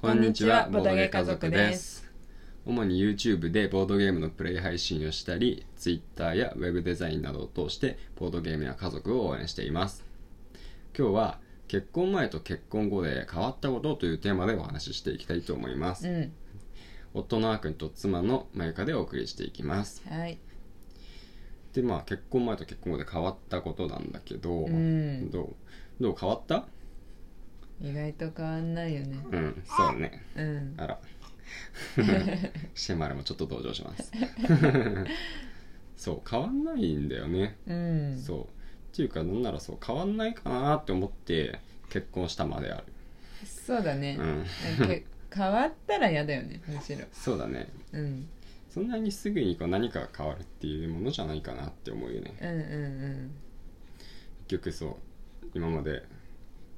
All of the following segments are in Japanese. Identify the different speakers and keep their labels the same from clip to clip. Speaker 1: こんにちは、ボードゲー家族です。主に YouTube でボードゲームのプレイ配信をしたり、Twitter や Web デザインなどを通して、ボードゲームや家族を応援しています。今日は、結婚前と結婚後で変わったことというテーマでお話ししていきたいと思います。
Speaker 2: うん、
Speaker 1: 夫のあーくんと妻のまゆかでお送りしていきます。
Speaker 2: はい。
Speaker 1: で、まあ、結婚前と結婚後で変わったことなんだけど、
Speaker 2: うん
Speaker 1: どうどう変わった
Speaker 2: 意外と変わんないよね。
Speaker 1: うん、そうね。
Speaker 2: うん。
Speaker 1: あら。シェマルもちょっと同情します。そう、変わんないんだよね。
Speaker 2: うん。
Speaker 1: そう。っていうか、なんならそう、変わんないかなって思って結婚したまである。
Speaker 2: そうだね
Speaker 1: う。ん。
Speaker 2: け変わったら嫌だよね、むしろ。
Speaker 1: そうだね。
Speaker 2: うん。
Speaker 1: そんなにすぐにこう何かが変わるっていうものじゃないかなって思うよね。
Speaker 2: うんうん
Speaker 1: 結局そう、今まで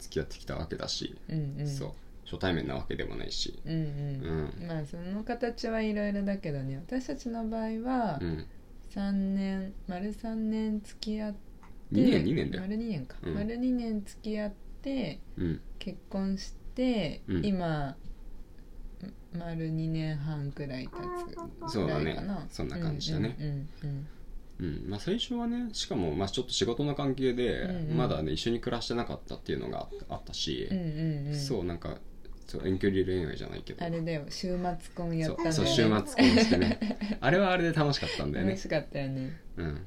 Speaker 1: 付き合ってきたわけだし、
Speaker 2: うん。うんうん。
Speaker 1: そう、初対面なわけでもないし。
Speaker 2: うんう
Speaker 1: う
Speaker 2: ん。まあその形はいろいろだけどね、私たちの場合は
Speaker 1: うん。
Speaker 2: 三年、丸三年付き合って、
Speaker 1: 2年、2年だよ。
Speaker 2: 丸二年か。
Speaker 1: うん
Speaker 2: 丸二年付き合って
Speaker 1: うん。
Speaker 2: 結婚して、
Speaker 1: うん
Speaker 2: 今ん丸二年半くらい経つ。
Speaker 1: そうだ
Speaker 2: ぐらいか
Speaker 1: ね
Speaker 2: な。
Speaker 1: そんな感じだね。
Speaker 2: うんうんうん
Speaker 1: うんまあ、最初はねしかもまあちょっと仕事の関係で
Speaker 2: うんうん
Speaker 1: まだね一緒に暮らしてなかったっていうのがああったし
Speaker 2: うん、うんうん
Speaker 1: そうなんかそう遠距離恋愛じゃないけど
Speaker 2: あれだよ週末婚や
Speaker 1: そ
Speaker 2: っ
Speaker 1: う
Speaker 2: たんだよ
Speaker 1: そ
Speaker 2: ね
Speaker 1: う週末婚して ねあれはあれで楽しかったんだよ
Speaker 2: 楽
Speaker 1: ね、
Speaker 2: しかったよね
Speaker 1: うん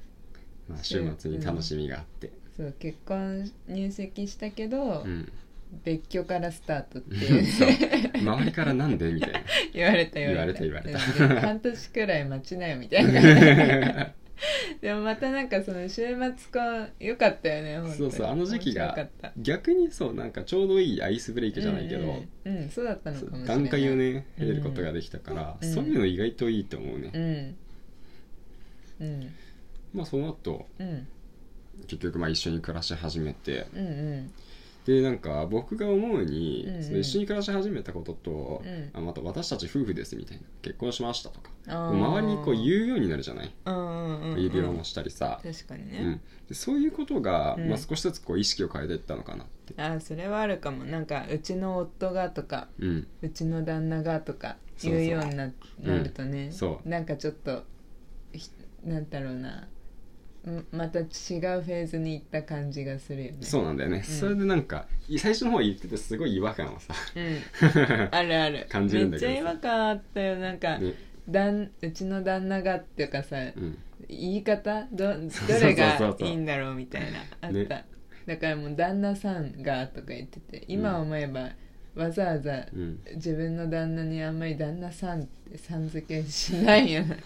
Speaker 1: まあ、週末に楽しみがあって、
Speaker 2: そう結婚入籍したけど、
Speaker 1: うん
Speaker 2: 別居からスタートって
Speaker 1: そう周りからなんでみたいな
Speaker 2: 言われたよ
Speaker 1: 言われた
Speaker 2: うんで半年くらい待ちなよみたいな でもまたなんかその週末婚よかったよね本当に
Speaker 1: そうそうあの時期が
Speaker 2: 面白かった
Speaker 1: 逆にそうなんかちょうどいいアイスブレイクじゃないけど、
Speaker 2: うんうん、うんそうだったのかもしれない
Speaker 1: 段階をね得ることができたから、
Speaker 2: うん
Speaker 1: そういうの意外といいと思うね
Speaker 2: う、んうん
Speaker 1: まあその後
Speaker 2: うん
Speaker 1: 結局まあ一緒に暮らし始めて
Speaker 2: うんうん
Speaker 1: でなんか僕が思うに、
Speaker 2: うんうん
Speaker 1: その一緒に暮らし始めたことと、
Speaker 2: うん
Speaker 1: あまた私たち夫婦ですみたいな結婚しましたとか
Speaker 2: あー
Speaker 1: 周りにこう言うようになるじゃない
Speaker 2: うんうんうん
Speaker 1: 指輪もしたりさ、
Speaker 2: 確かに
Speaker 1: う
Speaker 2: ね、
Speaker 1: ん、でそういうことが、
Speaker 2: うん
Speaker 1: まあ、少しずつこう意識を変えていったのかなって、
Speaker 2: あーそれはあるかもなんかうちの夫がとか
Speaker 1: うん、
Speaker 2: うちの旦那がとか
Speaker 1: そう
Speaker 2: 言
Speaker 1: そう
Speaker 2: うようにななるとね、
Speaker 1: んそう
Speaker 2: なんかちょっとひなんだろうなんまた違うフェーズに行った感じがするよね、
Speaker 1: そううなんだよね、それでなんかい最初の方言っててすごい違和感をさ、
Speaker 2: ん、あるある
Speaker 1: 感じるんだけどさ
Speaker 2: めっちゃ違和感あったよな んか、
Speaker 1: ね
Speaker 2: だんうちの旦那がっていうかさ、
Speaker 1: うん、
Speaker 2: 言い方どど
Speaker 1: そうそう
Speaker 2: れがいいんだろうみたいなあった、
Speaker 1: ね
Speaker 2: だからもう旦那さんがとか言ってて今思えばわざわざ
Speaker 1: うん
Speaker 2: 自分の旦那にあんまり旦那さんってさん付けしないよな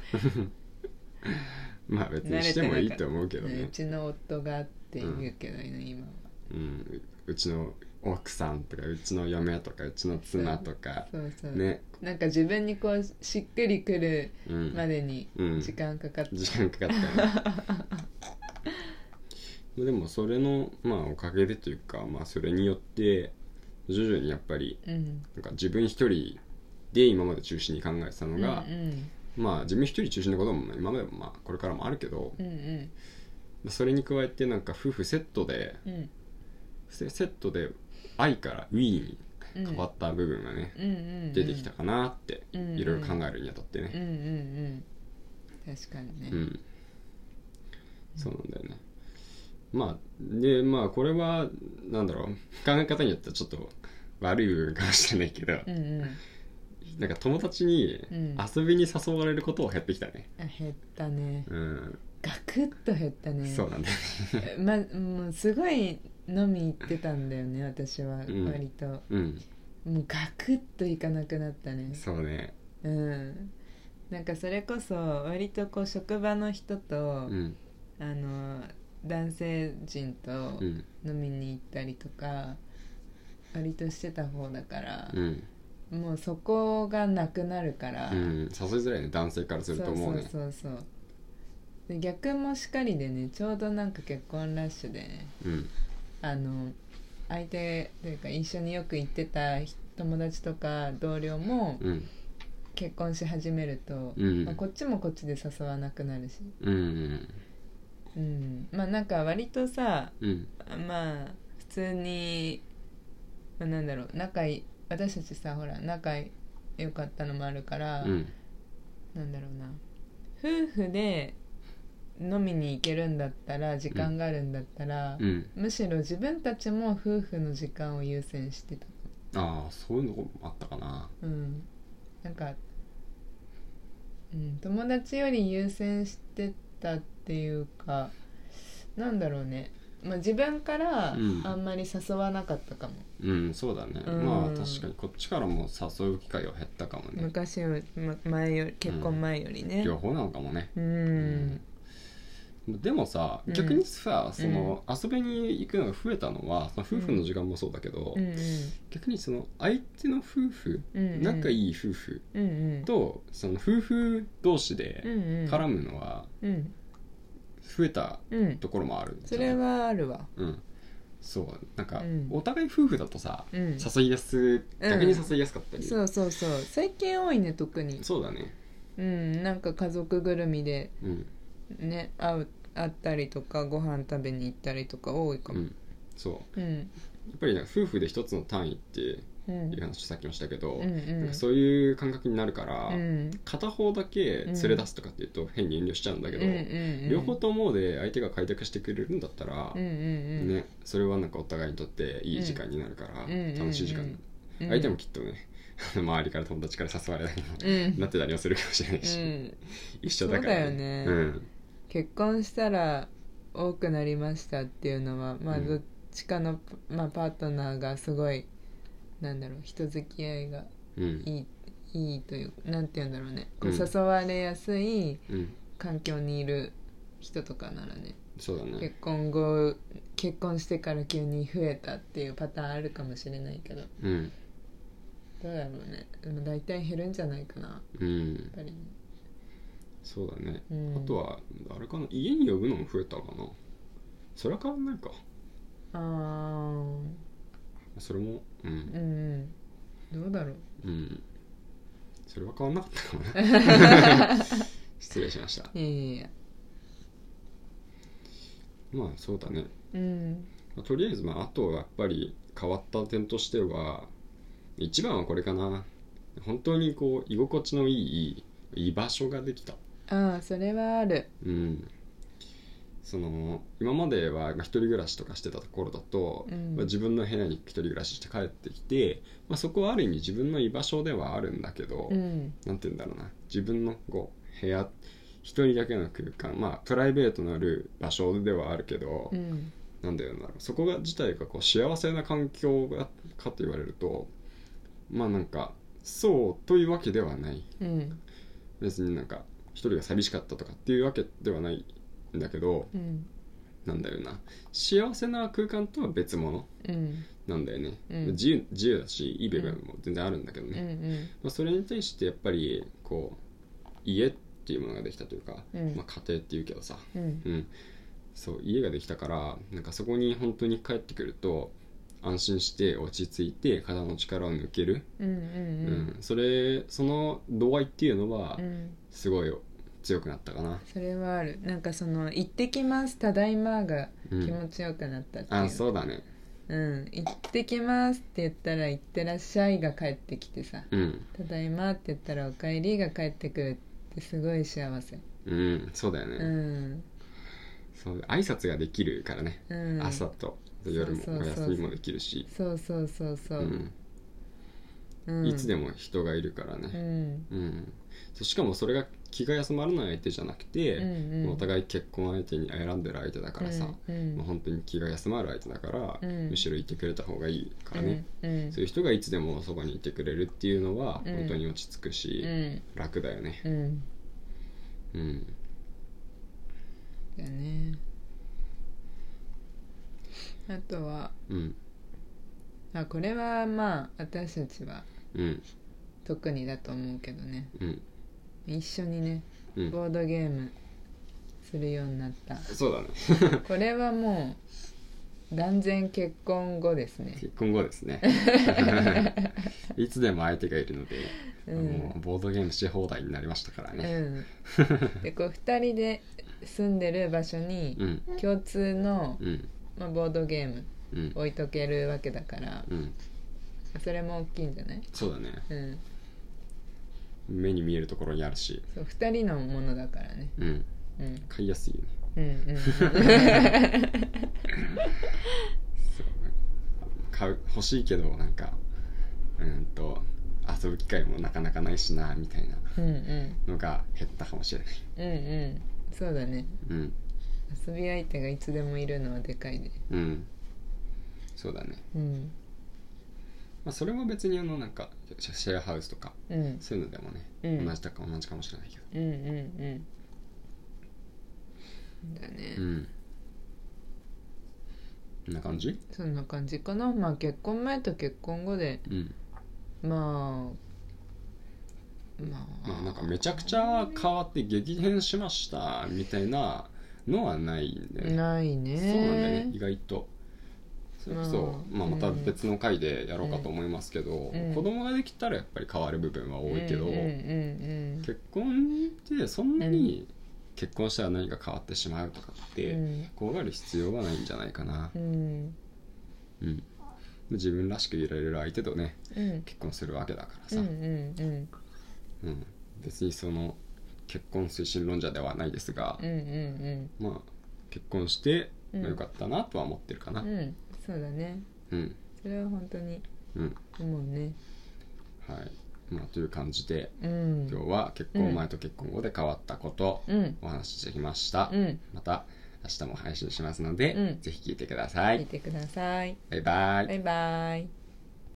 Speaker 1: まあ別
Speaker 2: 慣れ
Speaker 1: にしてもいいと思うけど
Speaker 2: う
Speaker 1: ね
Speaker 2: ちの夫がって言うけど、今は
Speaker 1: うん、ううちの奥さんとかうちの嫁とかうちの妻とか
Speaker 2: そうそう、
Speaker 1: ね、
Speaker 2: なんか自分にこうしっくりくる
Speaker 1: うん、
Speaker 2: までに
Speaker 1: うん
Speaker 2: 時間かかって、
Speaker 1: 時間かかったよねでもそれの、まあ、おかげでというか、まあ、それによって徐々にやっぱり
Speaker 2: うん
Speaker 1: なんか自分一人で今まで中心に考えてたのが、
Speaker 2: うん
Speaker 1: まあ自分一人中心のことも今までもまあこれからもあるけど、
Speaker 2: うんうん
Speaker 1: まあそれに加えてなんか夫婦セットで
Speaker 2: うんうん
Speaker 1: セセットで愛からウィーに変わった部分がね、
Speaker 2: うんうんうん
Speaker 1: 出てきたかなって、
Speaker 2: うん
Speaker 1: いろいろ考えるにあたってね、
Speaker 2: うんうんうん確かにね、
Speaker 1: うん、そうなんだよねまあでまあこれはなんだろう考え方によってはちょっと悪い部分かもしれないけど、
Speaker 2: うんうん
Speaker 1: なんか友達に
Speaker 2: うん
Speaker 1: 遊びに誘われることを減ってきたね
Speaker 2: あ減ったね
Speaker 1: うん、
Speaker 2: ガクッと減ったね
Speaker 1: そうなんだよね
Speaker 2: ま、もうすごい飲み行ってたんだよね私は
Speaker 1: うん
Speaker 2: 割と、
Speaker 1: うん
Speaker 2: もうガクッと行かなくなったね
Speaker 1: そうね
Speaker 2: うんなんかそれこそ割とこう職場の人と、
Speaker 1: うん
Speaker 2: あの男性陣と
Speaker 1: うん
Speaker 2: 飲みに行ったりとか、割としてた方だから
Speaker 1: う、ん、
Speaker 2: もうそこがなくなるから、
Speaker 1: うん、誘いづらいね男性からすると思うね
Speaker 2: そうそうそうそうで逆もしかりでねちょうどなんか結婚ラッシュでね
Speaker 1: うん
Speaker 2: あの相手というか一緒によく行ってた友達とか同僚も
Speaker 1: うん
Speaker 2: 結婚し始めると、
Speaker 1: うん
Speaker 2: まあこっちもこっちで誘わなくなるし、
Speaker 1: うんうん
Speaker 2: うん、まあなんか割とさ
Speaker 1: うん
Speaker 2: まあ普通に、まあ、なんだろう仲い私たちさほら仲良かったのもあるから、
Speaker 1: うん
Speaker 2: なんだろうな夫婦で飲みに行けるんだったら時間があるんだったら、
Speaker 1: うん
Speaker 2: むしろ自分たちも夫婦の時間を優先してた、
Speaker 1: ああそういうのもあったかな
Speaker 2: うん、なんか、うん、友達より優先してたっていうかなんだろうね、まあ、自分から
Speaker 1: うん
Speaker 2: あんまり誘わなかったかも、
Speaker 1: うんそうだね、
Speaker 2: うん
Speaker 1: まあ確かにこっちからも誘う機会は減ったかもね
Speaker 2: 昔より、ま前より結婚前よりね
Speaker 1: 両方なのかもね
Speaker 2: うん、
Speaker 1: でもさ
Speaker 2: うん
Speaker 1: 逆にさ、その遊びに行くのが増えたのはその夫婦の時間もそうだけど、
Speaker 2: うん
Speaker 1: 逆にその相手の夫婦、
Speaker 2: うんうん
Speaker 1: 仲
Speaker 2: い
Speaker 1: いい夫婦
Speaker 2: うんうん
Speaker 1: とその夫婦同士
Speaker 2: う
Speaker 1: で
Speaker 2: んうん
Speaker 1: 絡むのは
Speaker 2: うん
Speaker 1: 増えた
Speaker 2: うん
Speaker 1: ところもあるんじ
Speaker 2: そ
Speaker 1: ゃない
Speaker 2: れはあるわ
Speaker 1: うんそうなんか、
Speaker 2: うん
Speaker 1: お互い夫婦だとさ、
Speaker 2: うん
Speaker 1: 誘いやす逆に誘いやすかったり、
Speaker 2: そうそうそう最近多いね特に
Speaker 1: そうだね
Speaker 2: うんなんか家族ぐるみで
Speaker 1: うん、
Speaker 2: ね会う会ったりとかご飯食べに行ったりとか多いか
Speaker 1: う
Speaker 2: も
Speaker 1: ん、そう
Speaker 2: うん
Speaker 1: やっぱりなんか夫婦で一つの単位ってい
Speaker 2: うん
Speaker 1: う話をさっきもしたけど、
Speaker 2: うん
Speaker 1: なん
Speaker 2: うん
Speaker 1: かそういう感覚になるから、
Speaker 2: うん
Speaker 1: 片方だけ連れ出すとかっていうと変に遠慮しちゃうんだけど、
Speaker 2: うんうんうん
Speaker 1: 両方ともで相手が開拓してくれるんだったら、
Speaker 2: うんうんうん
Speaker 1: ね、それはなんかお互いにとっていい時間になるから、
Speaker 2: うん
Speaker 1: 楽しい時間、
Speaker 2: うん
Speaker 1: 相手もきっとね 周りから友達から誘われないよう
Speaker 2: う
Speaker 1: になんってたりはするかもしれないうし、
Speaker 2: ん
Speaker 1: 一緒だから
Speaker 2: そうだよ
Speaker 1: ね
Speaker 2: 結婚したら多くなりましたっていうのはまあ
Speaker 1: うん
Speaker 2: どっちかの、まあ、パートナーがすごいなんだろう人付き合いが
Speaker 1: うんうん
Speaker 2: いいいいというなんて言うんだろうねこう
Speaker 1: うん
Speaker 2: 誘われやすい
Speaker 1: うん
Speaker 2: 環境にいる人とかならね、
Speaker 1: そうだね
Speaker 2: 結婚後結婚してから急に増えたっていうパターンあるかもしれないけど
Speaker 1: うん
Speaker 2: どうだろうねでも大体減るんじゃないかなや
Speaker 1: うん
Speaker 2: っぱりね、
Speaker 1: そうだね、
Speaker 2: うん、
Speaker 1: あとはあれかな家に呼ぶのも増えたかなそれは変わんないか
Speaker 2: あー
Speaker 1: それもう
Speaker 2: うん
Speaker 1: ん
Speaker 2: うんどうだろう
Speaker 1: うんそれは変わんなかったかもね 失礼しました
Speaker 2: いやいやいや
Speaker 1: まあそうだね、
Speaker 2: うん
Speaker 1: まあとりあえずまああとはやっぱり変わった点としては一番はこれかな本当にこう居心地のいい居場所ができた
Speaker 2: ああそれはある
Speaker 1: うん、その今まではまあ一人暮らしとかしてたところだと、
Speaker 2: うん
Speaker 1: まあ自分の部屋に一人暮らしして帰ってきて、まあ、そこはある意味自分の居場所ではあるんだけど、
Speaker 2: うん
Speaker 1: なんて言うんだろうな自分のこう部屋一人だけの空間まあプライベートのある場所ではあるけど、
Speaker 2: うん
Speaker 1: なんだよなそこが自体がこう幸せな環境がかと言われるとまあなんかそうというわけではない
Speaker 2: うん
Speaker 1: 別になんか一人が寂しかったとかっていうわけではないんだけど
Speaker 2: うん
Speaker 1: なんだよな幸せな空間とは別物
Speaker 2: うん
Speaker 1: なんだよね、
Speaker 2: うん
Speaker 1: 自由自由だしいい部分も全然あるんだけど
Speaker 2: うんう
Speaker 1: ね、
Speaker 2: ん
Speaker 1: まあ、それに対してやっぱりこう家っていうものができたというか、
Speaker 2: うん
Speaker 1: まあ、家庭っていうけどさ、
Speaker 2: うん
Speaker 1: うん、そう家ができたからなんかそこに本当に帰ってくると安心して落ち着いて肩の力を抜ける、
Speaker 2: うんうん
Speaker 1: うん
Speaker 2: うん
Speaker 1: それその度合いっていうのは
Speaker 2: うん
Speaker 1: すごい強くなったかな、
Speaker 2: それはあるなんかその「行ってきますただいま」が
Speaker 1: う
Speaker 2: 気
Speaker 1: ん
Speaker 2: 持ちよくなったっていう、うん、
Speaker 1: あそうだね
Speaker 2: うん「行ってきます」って言ったら「行ってらっしゃい」が帰ってきてさ
Speaker 1: うん
Speaker 2: 「ただいま」って言ったら「おかえり」が帰ってくるってすごい幸せ
Speaker 1: うんそうだよね、
Speaker 2: うん
Speaker 1: そう挨拶ができるからね、
Speaker 2: うん
Speaker 1: 朝と夜も
Speaker 2: そう
Speaker 1: お
Speaker 2: そうそうそう
Speaker 1: 休みもできるし
Speaker 2: そうそうそうそううんうん
Speaker 1: いつでも人がいるから
Speaker 2: う
Speaker 1: ね、
Speaker 2: ん
Speaker 1: うんそうしかもそれが気が休まらない相手じゃなくて、
Speaker 2: うんうん
Speaker 1: もうお互い結婚相手に選んでる相手だからさ、
Speaker 2: うんうん
Speaker 1: もう本当に気が休まる相手だから、
Speaker 2: うん
Speaker 1: むしろいてくれた方がいいからね、
Speaker 2: うんうん
Speaker 1: そういう人がいつでもそばにいてくれるっていうのは
Speaker 2: うん
Speaker 1: 本当に落ち着くし、
Speaker 2: うん
Speaker 1: 楽だよね
Speaker 2: うん
Speaker 1: うん
Speaker 2: だねあとは
Speaker 1: うん
Speaker 2: あこれはまあ私たちは
Speaker 1: うん
Speaker 2: 特にだと思うけどね
Speaker 1: うん
Speaker 2: 一緒にね
Speaker 1: うん
Speaker 2: ボードゲームするようになった
Speaker 1: そうだね
Speaker 2: これはもう断然結婚後ですね
Speaker 1: 結婚後ですねいつでも相手がいるので、
Speaker 2: うん
Speaker 1: もうボードゲームし放題になりましたから
Speaker 2: う
Speaker 1: ね
Speaker 2: んでこう2人で住んでる場所
Speaker 1: う
Speaker 2: に
Speaker 1: ん
Speaker 2: 共通の
Speaker 1: う、ん
Speaker 2: まあ、ボードゲーム
Speaker 1: うん
Speaker 2: 置いとけるわけだから
Speaker 1: うん
Speaker 2: それも大きいんじゃない
Speaker 1: そうだね
Speaker 2: うん
Speaker 1: 目に見えるところにあるし
Speaker 2: そう2人のものだからね
Speaker 1: うん
Speaker 2: うん
Speaker 1: 買いやすいよね
Speaker 2: うん うん
Speaker 1: そう買う欲しいけどなんかうんと遊ぶ機会もなかなかないしなみたいな
Speaker 2: うんうん
Speaker 1: のが減ったかもしれない
Speaker 2: うんうんそうだね
Speaker 1: うん
Speaker 2: 遊び相手がいつでもいるのはでかいね
Speaker 1: うんそうだね
Speaker 2: うん
Speaker 1: まあそれも別にあのなんかシェシェアハウスとか
Speaker 2: うん
Speaker 1: そういうのでもね、
Speaker 2: うん
Speaker 1: 同じだか同じかもしれないけど
Speaker 2: うんうんうんだね、
Speaker 1: うんこんな感じ
Speaker 2: そんな感じかなまあ結婚前と結婚後で
Speaker 1: うん
Speaker 2: まあまあ、
Speaker 1: まあなんかめちゃくちゃ変わって激変しましたみたいなのはないんだよね
Speaker 2: な
Speaker 1: そ
Speaker 2: い
Speaker 1: うなんだよね
Speaker 2: ね
Speaker 1: 意外とそれこそ、
Speaker 2: うん
Speaker 1: まあ、また別の回でやろうかと思いますけど、
Speaker 2: うん
Speaker 1: 子供ができたらやっぱり変わる部分は多いけど、
Speaker 2: うんうんうん
Speaker 1: 結婚ってそんなに結婚したら何か変わってしまうとかっ
Speaker 2: う
Speaker 1: て
Speaker 2: ん
Speaker 1: 怖がる必要はないんじゃないかな
Speaker 2: う、ん
Speaker 1: うん、自分らしくいられる相手とね
Speaker 2: うんうん
Speaker 1: 結婚するわけだから
Speaker 2: う
Speaker 1: さ、うん
Speaker 2: んうん
Speaker 1: 別にその結婚推進論者ではないですが
Speaker 2: うんう、ん
Speaker 1: まあ結婚して、
Speaker 2: うん
Speaker 1: まあ、よかったなとは思ってるかな
Speaker 2: うんうんそうだね
Speaker 1: うん
Speaker 2: それは本当に
Speaker 1: うん
Speaker 2: 思うね
Speaker 1: はい、まあ、という感じで
Speaker 2: うん
Speaker 1: 今日は結婚前と結婚後で変わったこと
Speaker 2: うん
Speaker 1: お話ししてきました、
Speaker 2: うん
Speaker 1: また明日も配信しますので、
Speaker 2: うん
Speaker 1: ぜひ聞いてください、
Speaker 2: 聞いてください
Speaker 1: バイバイ
Speaker 2: バイバイ